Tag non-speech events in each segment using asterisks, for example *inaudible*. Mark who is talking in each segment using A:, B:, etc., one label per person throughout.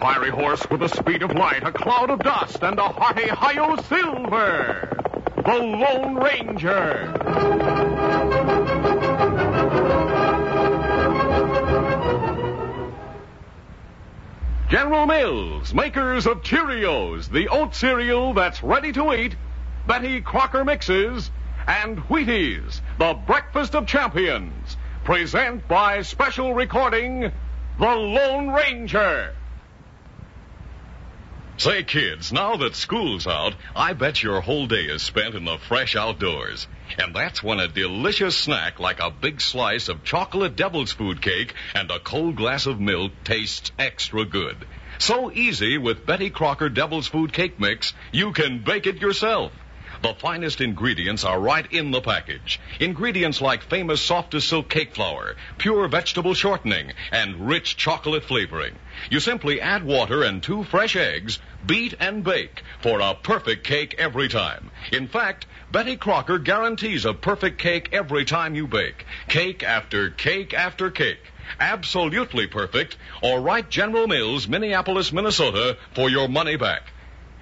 A: fiery horse with the speed of light, a cloud of dust, and a hearty Hio Silver, the Lone Ranger. General Mills, makers of Cheerios, the oat cereal that's ready to eat, Betty Crocker mixes, and Wheaties, the breakfast of champions, present by special recording, The Lone Ranger. Say, kids, now that school's out, I bet your whole day is spent in the fresh outdoors. And that's when a delicious snack like a big slice of chocolate devil's food cake and a cold glass of milk tastes extra good. So easy with Betty Crocker Devil's Food Cake Mix, you can bake it yourself. The finest ingredients are right in the package. Ingredients like famous soft as silk cake flour, pure vegetable shortening, and rich chocolate flavoring. You simply add water and two fresh eggs, beat and bake for a perfect cake every time. In fact, Betty Crocker guarantees a perfect cake every time you bake. Cake after cake after cake. Absolutely perfect, or write General Mills, Minneapolis, Minnesota for your money back.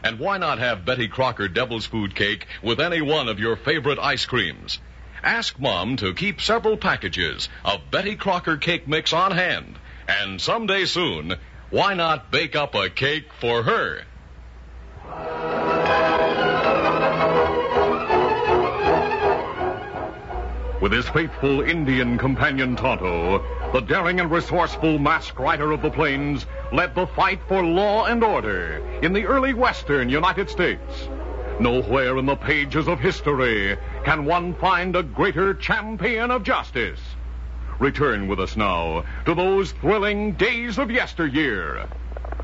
A: And why not have Betty Crocker Devil's Food Cake with any one of your favorite ice creams? Ask Mom to keep several packages of Betty Crocker Cake Mix on hand. And someday soon, why not bake up a cake for her? With his faithful Indian companion Tonto, the daring and resourceful masked rider of the plains led the fight for law and order in the early western United States. Nowhere in the pages of history can one find a greater champion of justice. Return with us now to those thrilling days of yesteryear.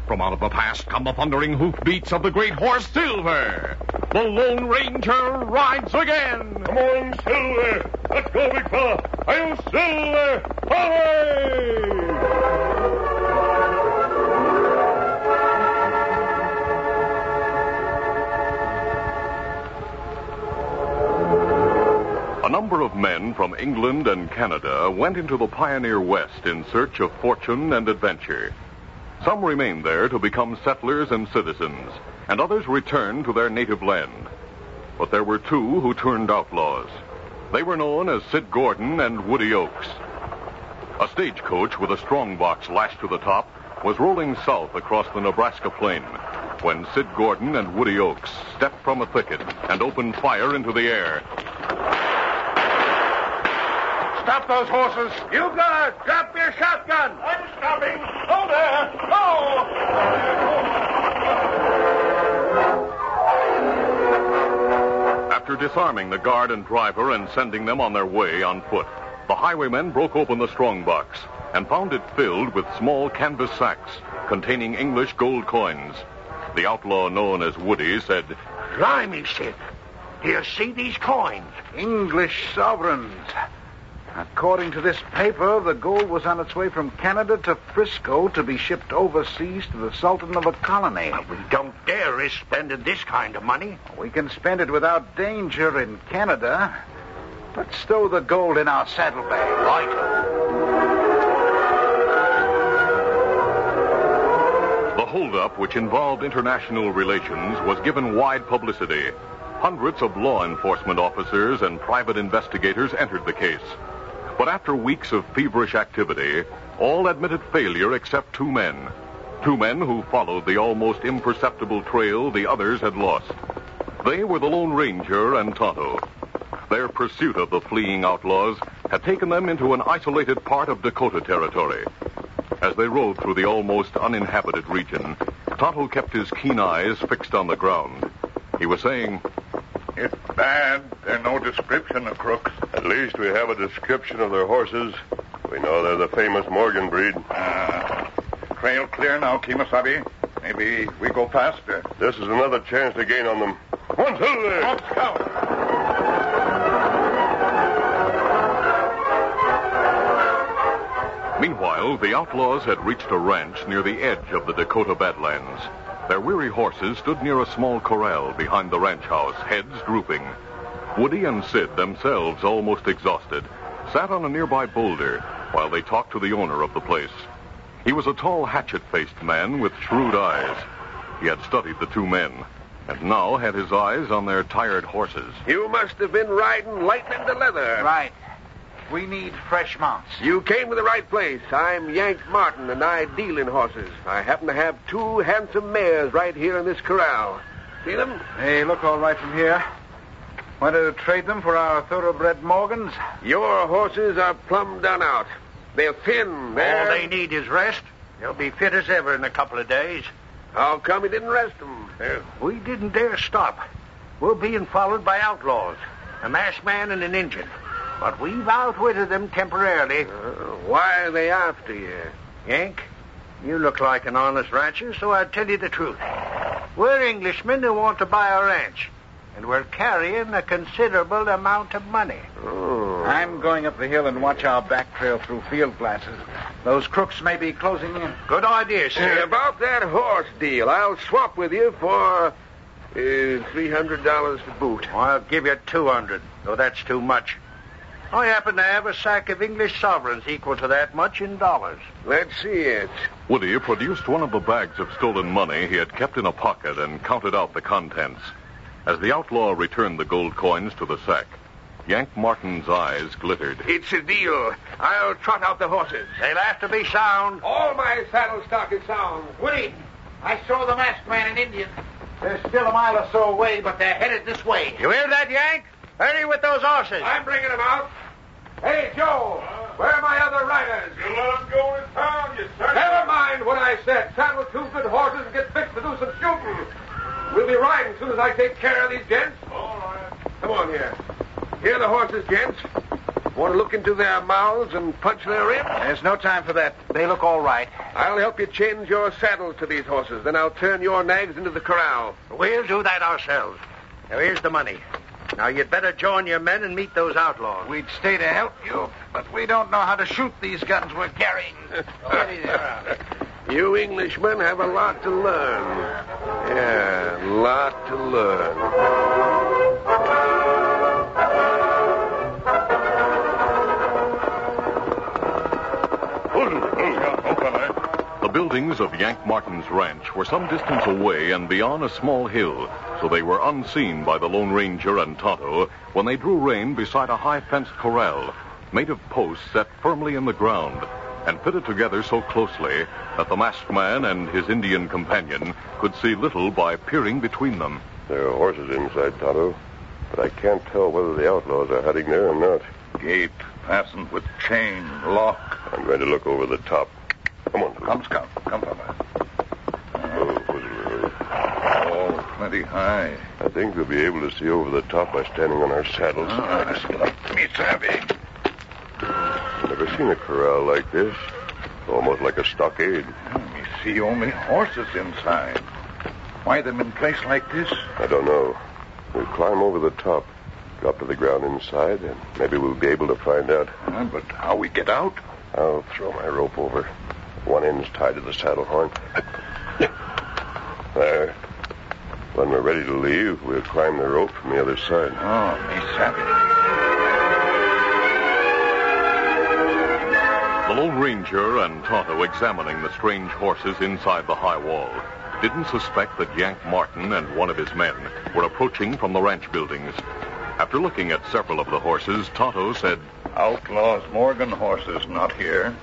A: From out of the past come the thundering hoofbeats of the great horse Silver. The Lone Ranger rides again. Come on, Silver. Let's go, big fella. I'm Silver. Away! A number of men from England and Canada went into the pioneer West in search of fortune and adventure. Some remained there to become settlers and citizens, and others returned to their native land. But there were two who turned outlaws. They were known as Sid Gordon and Woody Oakes. A stagecoach with a strongbox lashed to the top was rolling south across the Nebraska plain when Sid Gordon and Woody Oakes stepped from a thicket and opened fire into the air. Stop those horses! You guys, drop your shotgun! I'm stopping! Hold there! Go! After disarming the guard and driver and sending them on their way on foot, the highwaymen broke open the strongbox and found it filled with small canvas sacks containing English gold coins. The outlaw known as Woody said,
B: Blimey, Sid. Do you see these coins?
C: English sovereigns. According to this paper, the gold was on its way from Canada to Frisco to be shipped overseas to the Sultan of a colony.
B: But we don't dare risk spending this kind of money.
C: We can spend it without danger in Canada. Let's stow the gold in our saddlebag.
B: Right.
A: The holdup, which involved international relations, was given wide publicity. Hundreds of law enforcement officers and private investigators entered the case. But after weeks of feverish activity, all admitted failure except two men. Two men who followed the almost imperceptible trail the others had lost. They were the Lone Ranger and Tonto. Their pursuit of the fleeing outlaws had taken them into an isolated part of Dakota Territory. As they rode through the almost uninhabited region, Tonto kept his keen eyes fixed on the ground. He was saying,
D: It's bad. There's no description of crooks. At least we have a description of their horses. We know they're the famous Morgan breed.
E: Trail clear now, Kemosabe. Maybe we go faster.
D: This is another chance to gain on them. One, two, there.
A: Meanwhile, the outlaws had reached a ranch near the edge of the Dakota Badlands. Their weary horses stood near a small corral behind the ranch house, heads drooping. Woody and Sid, themselves almost exhausted, sat on a nearby boulder while they talked to the owner of the place. He was a tall, hatchet faced man with shrewd eyes. He had studied the two men, and now had his eyes on their tired horses.
F: You must have been riding lightning to leather.
C: Right. We need fresh mounts.
F: You came to the right place. I'm Yank Martin, and I deal in horses. I happen to have two handsome mares right here in this corral. See them?
C: They look all right from here. Want to trade them for our thoroughbred Morgans?
F: Your horses are plumb done out. They're thin. They're...
B: All they need is rest. They'll be fit as ever in a couple of days.
F: How come you didn't rest them?
B: We didn't dare stop. We're being followed by outlaws, a masked man and an Injun. But we've outwitted them temporarily.
F: Uh, why are they after you?
B: Yank, you look like an honest rancher, so I'll tell you the truth. We're Englishmen who want to buy a ranch, and we're carrying a considerable amount of money.
F: Oh.
C: I'm going up the hill and watch our back trail through field glasses. Those crooks may be closing in.
B: Good idea,
F: Uh, about that horse deal, I'll swap with you for uh, $300 to boot.
B: I'll give you 200, though that's too much. I happen to have a sack of English sovereigns equal to that much in dollars.
F: Let's see it.
A: Woody produced one of the bags of stolen money he had kept in a pocket and counted out the contents. As the outlaw returned the gold coins to the sack, Yank Martin's eyes glittered.
F: It's a deal. I'll trot out the horses.
B: They'll have to be sound.
F: All my saddle stock is sound.
B: Woody, I saw the masked man and Indian. They're still a mile or so away, but they're headed this way. You hear that, Yank? Hurry with those horses.
F: I'm bringing them out. Hey, Joe, where are my other riders?
G: You let him go to town, you son.
F: Never mind what I said. Saddle two good horses and get fixed to do some shooting. We'll be riding soon as I take care of these gents.
G: All right.
F: Come on here. Here are the horses, gents. Want to look into their mouths and punch their ribs?
C: There's no time for that. They look all right.
F: I'll help you change your saddles to these horses. Then I'll turn your nags into the corral.
B: We'll do that ourselves. Now, here's the money. Now, you'd better join your men and meet those outlaws.
C: We'd stay to help you, but we don't know how to shoot these guns
B: *laughs*
C: we're carrying.
F: You Englishmen have a lot to learn. Yeah, a lot to learn.
A: The buildings of Yank Martin's ranch were some distance away and beyond a small hill, so they were unseen by the Lone Ranger and Tonto when they drew rein beside a high fenced corral made of posts set firmly in the ground and fitted together so closely that the masked man and his Indian companion could see little by peering between them. There are horses inside, Tonto, but I can't tell whether the outlaws are hiding there or not.
G: Gate fastened with chain, lock.
A: I'm going to look over the top. Come on,
G: Come, scout. Come, Papa.
A: Come.
G: All plenty high.
A: I think we'll be able to see over the top by standing on our saddles.
G: me, savvy.
A: Never seen a corral like this. Almost like a stockade.
G: Me see only horses inside. Why them in place like this?
A: I don't know. We'll climb over the top, drop to the ground inside, and maybe we'll be able to find out.
G: Uh, but how we get out?
A: I'll throw my rope over. One end's tied to the saddle horn. There. When we're ready to leave, we'll climb the rope from the other side.
G: Oh, me savvy.
A: The Lone Ranger and Tonto examining the strange horses inside the high wall didn't suspect that Yank Martin and one of his men were approaching from the ranch buildings. After looking at several of the horses, Tonto said,
G: Outlaws Morgan horses not here.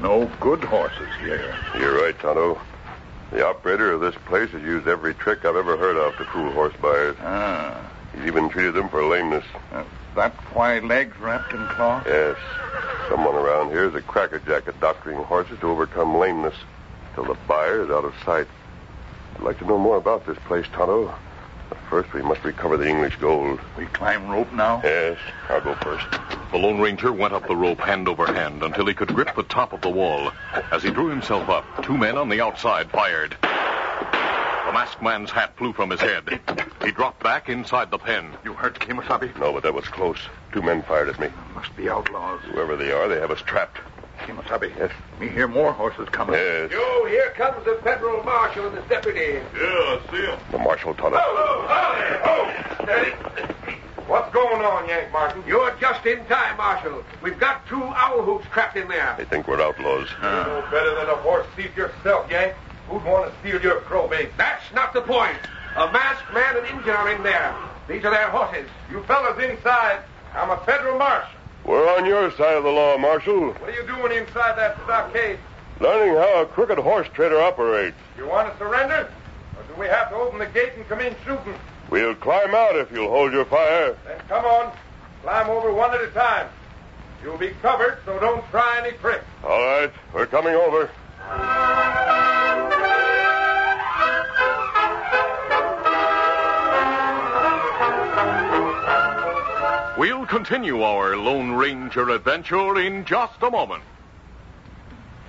G: No good horses here.
A: You're right, Tonto. The operator of this place has used every trick I've ever heard of to fool horse buyers.
G: Ah,
A: He's even treated them for lameness.
G: uh, that why legs wrapped in cloth?
A: Yes, someone around here is a crackerjack at doctoring horses to overcome lameness till the buyer is out of sight. I'd like to know more about this place, Tonto. But first, we must recover the English gold.
G: We climb rope now?
A: Yes, I'll go first. The Lone Ranger went up the rope hand over hand until he could grip the top of the wall. As he drew himself up, two men on the outside fired. The masked man's hat flew from his head. He dropped back inside the pen.
G: You hurt Kimasabi?
A: No, Oh, but that was close. Two men fired at me.
G: Must be outlaws.
A: Whoever they are, they have us trapped.
G: Kimasabi. Yes. Me hear more horses coming.
A: Yes.
F: You, here comes the federal marshal and his deputy.
G: Yeah, I see him.
A: The marshal Tonto.
F: Oh, oh, oh.
H: What's going on, Yank Martin? You're just in time, Marshal. We've got two owl hoops trapped in there.
G: They think we're outlaws.
F: You know better than a horse thief yourself, Yank. Who'd want to steal your probate?
H: That's not the point. A masked man and Indian are in there. These are their horses.
F: You fellas inside. I'm a federal marshal.
G: We're on your side of the law, Marshal.
F: What are you doing inside that stockade?
G: Learning how a crooked horse trader operates.
F: You want to surrender? Or do we have to open the gate and come in shooting?
G: We'll climb out if you'll hold your fire.
F: Then come on. Climb over one at a time. You'll be covered, so don't try any tricks.
G: All right, we're coming over.
A: We'll continue our Lone Ranger adventure in just a moment.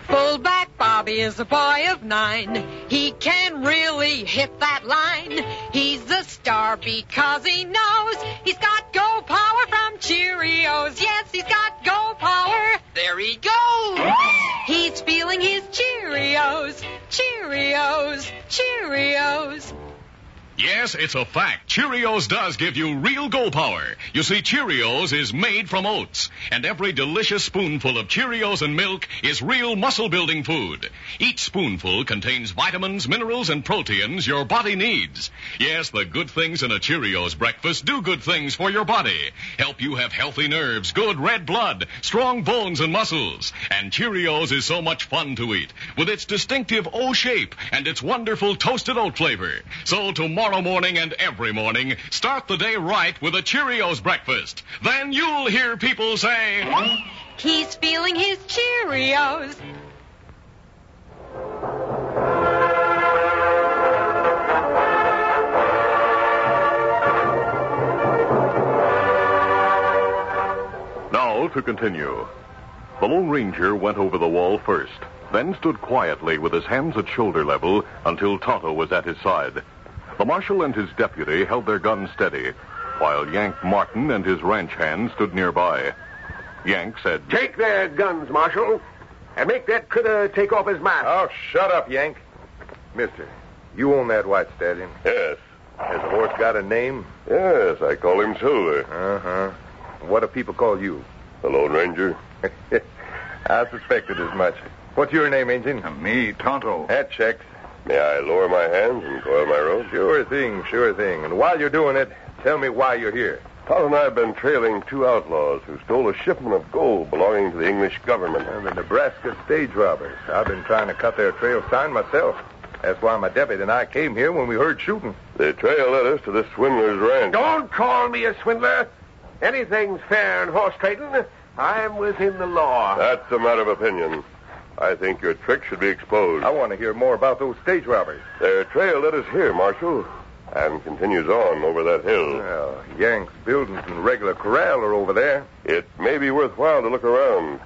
I: Fullback Bobby is a boy of nine. He can really hit that line. He's a star because he knows he's got go power from Cheerios. Yes, he's got go power. There he goes. He's feeling his Cheerios, Cheerios, Cheerios.
J: Yes, it's a fact. Cheerios does give you real go power. You see, Cheerios is made from oats, and every delicious spoonful of Cheerios and milk is real muscle building food. Each spoonful contains vitamins, minerals, and proteins your body needs. Yes, the good things in a Cheerios breakfast do good things for your body. Help you have healthy nerves, good red blood, strong bones and muscles. And Cheerios is so much fun to eat, with its distinctive O shape and its wonderful toasted oat flavor. So tomorrow, tomorrow morning and every morning, start the day right with a Cheerios breakfast. Then you'll hear people say,
I: He's feeling his Cheerios.
A: Now to continue. The Lone Ranger went over the wall first, then stood quietly with his hands at shoulder level until Tonto was at his side. The marshal and his deputy held their guns steady, while Yank Martin and his ranch hand stood nearby. Yank said,
H: Take their guns, Marshal, and make that critter take off his mask.
F: Oh, shut up, Yank. Mister, you own that white stallion.
G: Yes,
F: Has the horse got a name?
G: yes, I call him Silver,
F: Uh huh. What do people call you?
G: *laughs* the Lone Ranger.
F: I suspected as much. What's your name, Injun?
K: Me, Tonto.
F: That checks.
G: Uh, May I lower my hands and coil my rope?
F: Sure thing, sure thing. And while you're doing it, tell me why you're here.
G: Todd and I have been trailing two outlaws who stole a shipment of gold belonging to the English government.
F: They're the Nebraska stage robbers. I've been trying to cut their trail sign myself. That's why my deputy and I came here when we heard shooting.
G: The trail led us to this swindler's ranch.
H: Don't call me a swindler. Anything's fair in horse trading. I'm within the law.
G: That's a matter of opinion. I think your trick should be exposed.
F: I want to hear more about those stage robbers.
G: Their trail led us here, Marshal, and continues on over that hill.
F: Well, Yank's buildings and regular corral are over there.
G: It may be worthwhile to look around.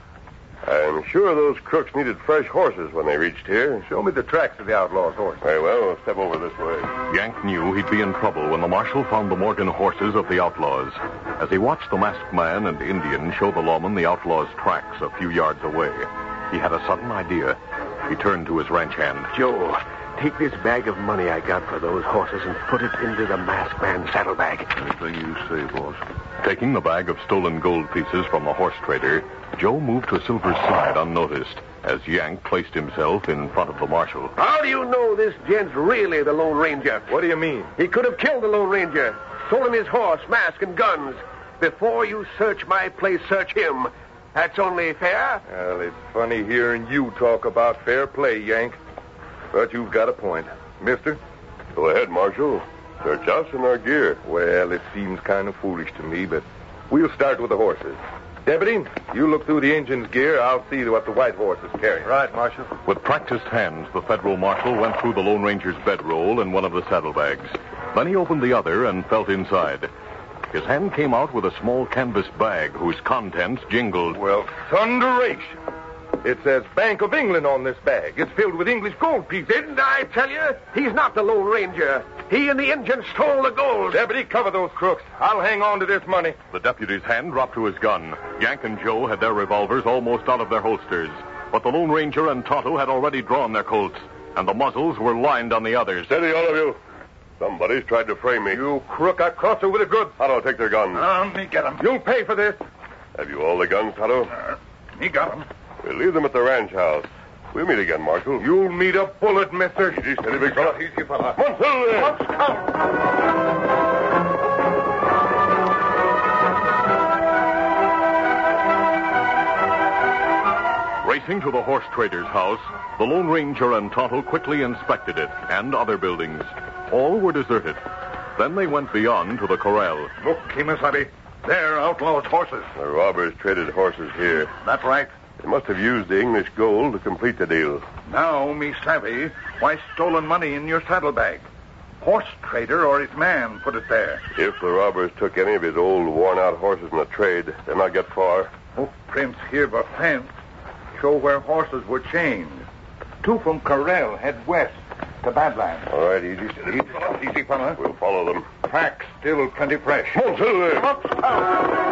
G: I'm sure those crooks needed fresh horses when they reached here.
F: Show me the tracks of the outlaw's horse.
G: Very well, step over this way.
A: Yank knew he'd be in trouble when the marshal found the Morgan horses of the outlaws. As he watched the masked man and Indian show the lawman the outlaws' tracks a few yards away, he had a sudden idea. He turned to his ranch hand.
H: Joe, take this bag of money I got for those horses and put it into the masked man's saddlebag.
G: Anything you say, boss.
A: Taking the bag of stolen gold pieces from the horse trader, Joe moved to Silver's side unnoticed as Yank placed himself in front of the marshal.
H: How do you know this gent's really the Lone Ranger?
F: What do you mean?
H: He could have killed the Lone Ranger, stolen his horse, mask, and guns. Before you search my place, search him. That's only fair.
F: Well, it's funny hearing you talk about fair play, Yank. But you've got a point. Mister,
G: Go ahead, Marshal. Search us and our gear.
F: well, it seems kind of foolish to me, but we'll start with the horses. Deputy, you look through the engine's gear. I'll see what the white horse is carrying. Right, Marshal.
A: With practiced hands, the federal marshal went through the Lone Ranger's bedroll and one of the saddlebags. Then he opened the other and felt inside. His hand came out with a small canvas bag whose contents jingled.
F: Well, thunderation. It says Bank of England on this bag. It's filled with English gold pieces.
H: Didn't I tell you? He's not the Lone Ranger. He and the Indian stole the gold.
F: Deputy, cover those crooks. I'll hang on to this money.
A: The deputy's hand dropped to his gun. Yank and Joe had their revolvers almost out of their holsters, but the Lone Ranger and Tonto had already drawn their Colts, and the muzzles were lined on the others.
G: Steady, all of you.
L: Somebody's tried to frame me.
G: You crook, I crossed her with a good.
L: Tonto, take their guns.
M: Uh, me get 'em.
G: You'll pay for this.
L: Have you all the guns, Tonto?
M: Uh, me got 'em.
L: We'll leave them at the ranch house. We'll meet again, Marshal.
G: You'll need a bullet, mister.
L: Easy, steady, big fella.
G: Easy, fella.
L: Montel!
G: Let's come.
A: Racing to the horse trader's house, the Lone Ranger and Tonto quickly inspected it and other buildings. All were deserted. Then they went beyond to the corral.
M: Look, Kimasabi. They're outlaws' horses.
L: The robbers traded horses here.
M: That right.
L: They must have used the English gold to complete the deal.
N: Now, me savvy, why stolen money in your saddlebag? Horse trader or his man put it there.
L: If the robbers took any of his old, worn-out horses in the trade, they'll not get far.
N: Oh, prints here were fence. Show where horses were chained. Two from Corral head west to Badlands.
L: All right, easy, steady.
N: Easy, fella.
L: We'll follow them.
N: Tracks still plenty fresh.
L: Montel!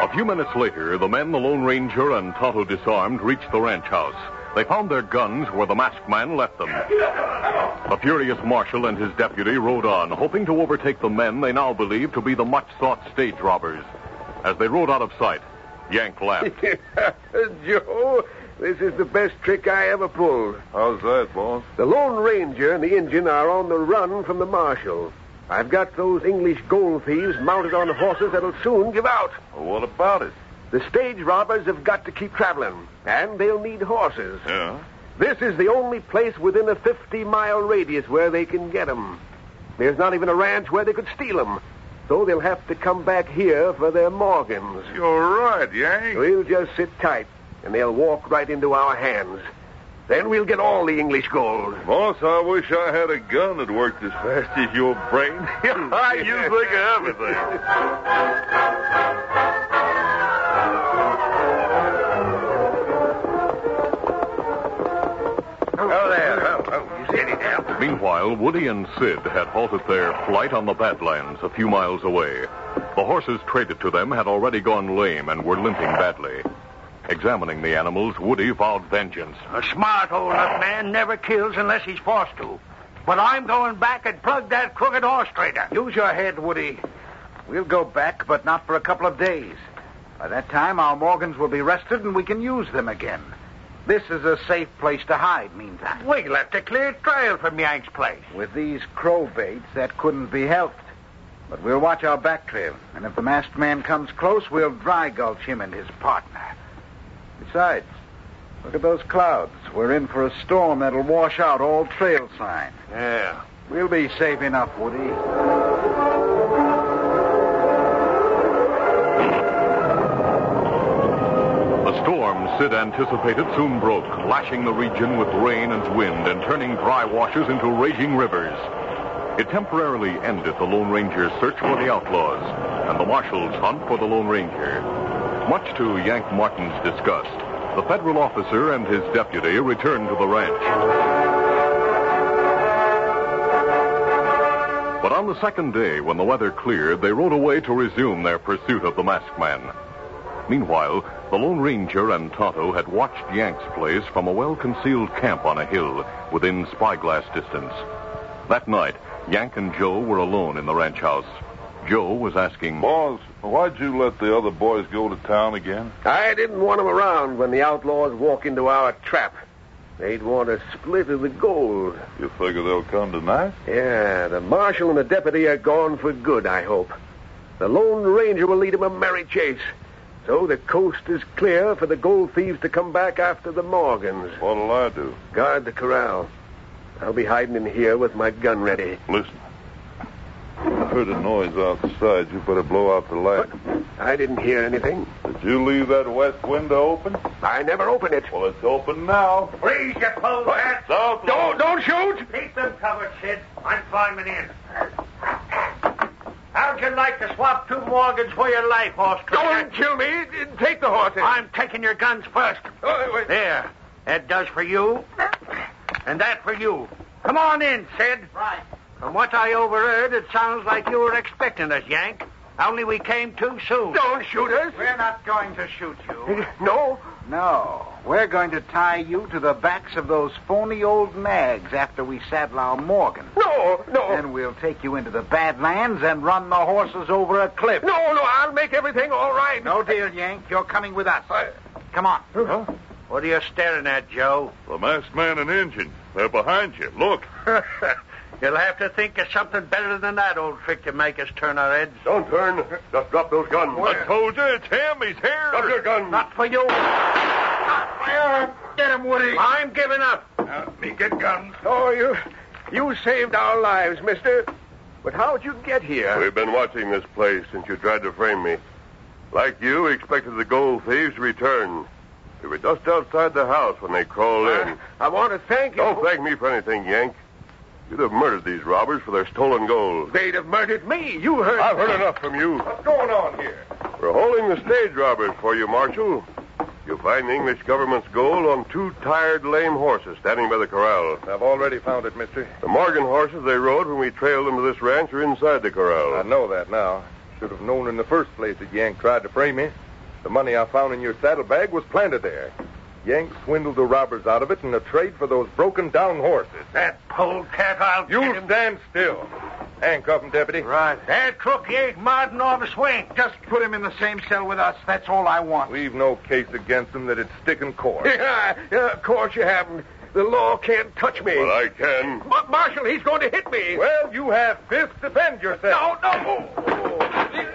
A: A few minutes later, the men the Lone Ranger and Tonto disarmed reached the ranch house. They found their guns where the masked man left them. The furious marshal and his deputy rode on, hoping to overtake the men they now believed to be the much sought stage robbers. As they rode out of sight, Yank laughed.
F: Uh, Joe, this is the best trick I ever pulled.
G: How's that, boss?
F: The Lone Ranger and the engine are on the run from the marshal. I've got those English gold thieves mounted on horses that'll soon give out.
G: What about it?
F: The stage robbers have got to keep traveling, and they'll need horses.
G: Yeah.
F: This is the only place within a 50 mile radius where they can get 'em. There's not even a ranch where they could steal 'em, So they'll have to come back here for their Morgans.
G: You're right, Yank.
F: We'll just sit tight, and they'll walk right into our hands. Then we'll get all the English
G: *laughs*
F: gold.
G: Boss, I wish I had a gun that worked as fast as your brain. I you think of everything.
F: Oh, there. Oh, oh, you steady now.
A: Meanwhile, Woody and Sid had halted their flight on the Badlands a few miles away. The horses traded to them had already gone lame and were limping badly. Examining the animals, Woody vowed vengeance.
B: A smart old man never kills unless he's forced to. But I'm going back and plug that crooked horse trader.
N: Use your head, Woody. We'll go back, but not for a couple of days. By that time, our Morgans will be rested and we can use them again. This is a safe place to hide, meantime.
B: We left a clear trail from Yank's place.
N: With these crow baits, that couldn't be helped. But we'll watch our back trail, and if the masked man comes close, we'll dry gulch him and his partner. Besides, look at those clouds. We're in for a storm that'll wash out all trail sign.
B: Yeah.
N: We'll be safe enough, Woody.
A: The storm Sid anticipated soon broke, lashing the region with rain and wind and turning dry washes into raging rivers. It temporarily ended the Lone Ranger's search for the outlaws and the marshal's hunt for the Lone Ranger. Much to Yank Martin's disgust, the federal officer and his deputy returned to the ranch. But on the second day, when the weather cleared, they rode away to resume their pursuit of the masked man. Meanwhile, the Lone Ranger and Tonto had watched Yank's place from a well concealed camp on a hill within spyglass distance. That night, Yank and Joe were alone in the ranch house. Joe was asking,
G: Boss, why'd you let the other boys go to town again?
F: I didn't want 'em around when the outlaws walk into our trap. They'd want a split of the gold.
G: You figure they'll come tonight?
F: Yeah, the marshal and the deputy are gone for good, I hope. The Lone Ranger will lead 'em a merry chase. So the coast is clear for the gold thieves to come back after the Morgans.
G: What'll I do?
F: Guard the corral. I'll be hiding in here with my gun ready.
G: Listen. I heard a noise outside. You better blow out the light.
F: I didn't hear anything.
G: Did you leave that west window open?
F: I never opened it.
G: Well, it's open now.
B: Freeze, you fool rat!
G: South
F: Don't, don't shoot!
B: Keep them covered, Sid. I'm climbing in. How'd you like to swap two Morgans for your life, horse trader?
F: Don't kill me. Take the horses.
B: I'm taking your guns first.
F: Oh, wait.
B: There. That does for you. And that for you. Come on in, Sid. Right. From what I overheard, it sounds like you were expecting us, Yank. Only we came too soon.
F: Don't shoot us.
B: We're not going to shoot you.
F: No,
O: No. We're going to tie you to the backs of those phony old nags after we saddle our Morgan.
P: No,
B: Oh.
P: no.
O: Then we'll take you into the Badlands and run the horses over a cliff.
P: No, no, I'll make everything all right.
O: No deal, Yank. You're coming with us. Come on.
P: Huh?
B: What are you staring at, Joe?
G: The masked man and engine. They're behind you. Look.
B: You'll have to think of something better than that old trick to make us turn our heads.
G: Don't turn. Just drop those guns.
A: I told you, it's him. He's here.
G: Drop your guns.
B: Not for you. Not for you.
P: Get him, Woody.
B: I'm giving up.
Q: Now, me get guns.
P: Oh, you, you saved our lives, mister. But how'd you get here?
G: We've been watching this place since you tried to frame me. Like you, we expected the gold thieves to return. We were just outside the house when they crawled
P: I,
F: Ah,
G: in.
P: I want to thank you.
F: Oh,
G: Don't thank me for anything, Yank. You'd have murdered these robbers for their stolen gold.
P: They'd have murdered me. You heard.
G: I've heard enough from you.
P: What's going on here?
G: We're holding the stage robbers for you, Marshal. You'll find the English government's gold on two tired, lame horses standing by the corral.
F: I've already found it, mister.
G: The Morgan horses they rode when we trailed them to this ranch are inside the corral.
F: I know that now. Should have known in the first place that Yank tried to frame me. The money I found in your saddlebag was planted there. Yank swindled the robbers out of it in a trade for those broken down horses.
B: That polecat, I'll
F: You
B: get him.
F: stand still. Handcuff him, deputy.
O: Right.
B: That crook yank Martin off his wing.
O: Just put him in the same cell with us. That's all I want.
F: We've no case against him that it's stick and core.
P: *laughs* Yeah, yeah, of course you haven't. The law can't touch me.
G: But I can.
P: Ma- Marshal, he's going to hit me.
F: well, you have fifth. Defend yourself.
P: No, no.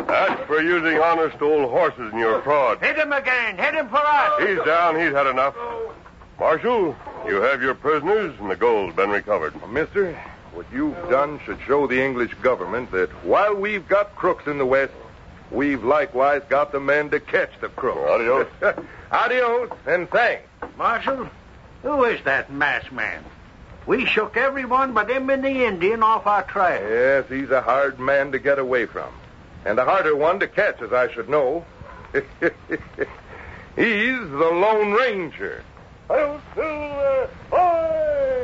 G: That's for using honest old horses in your fraud.
B: Hit him again. Hit him for us.
G: He's down. He's had enough. Marshal, you have your prisoners, and the gold's been recovered.
F: Mister, what you've done should show the English government that while we've got crooks in the West, we've likewise got the men to catch the crooks.
G: Adios.
F: *laughs* Adios, and thanks.
B: Marshal, who is that masked man? We shook everyone but him and the Indian off our trail.
F: Yes, he's a hard man to get away from, and a harder one to catch, as I should know. *laughs* he's the Lone Ranger. Hail Silver! Hoy!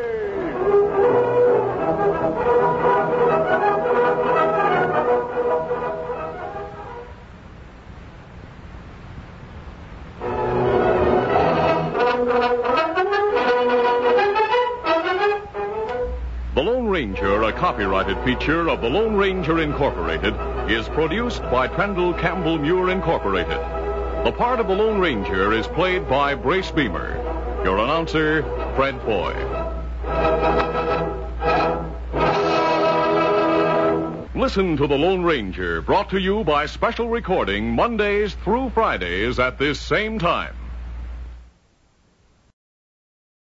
A: The Lone Ranger, a copyrighted feature of The Lone Ranger Incorporated, is produced by Trendle Campbell Muir Incorporated. The part of The Lone Ranger is played by Brace Beamer. Your announcer, Fred Foy. Listen to The Lone Ranger, brought to you by special recording Mondays through Fridays at this same time.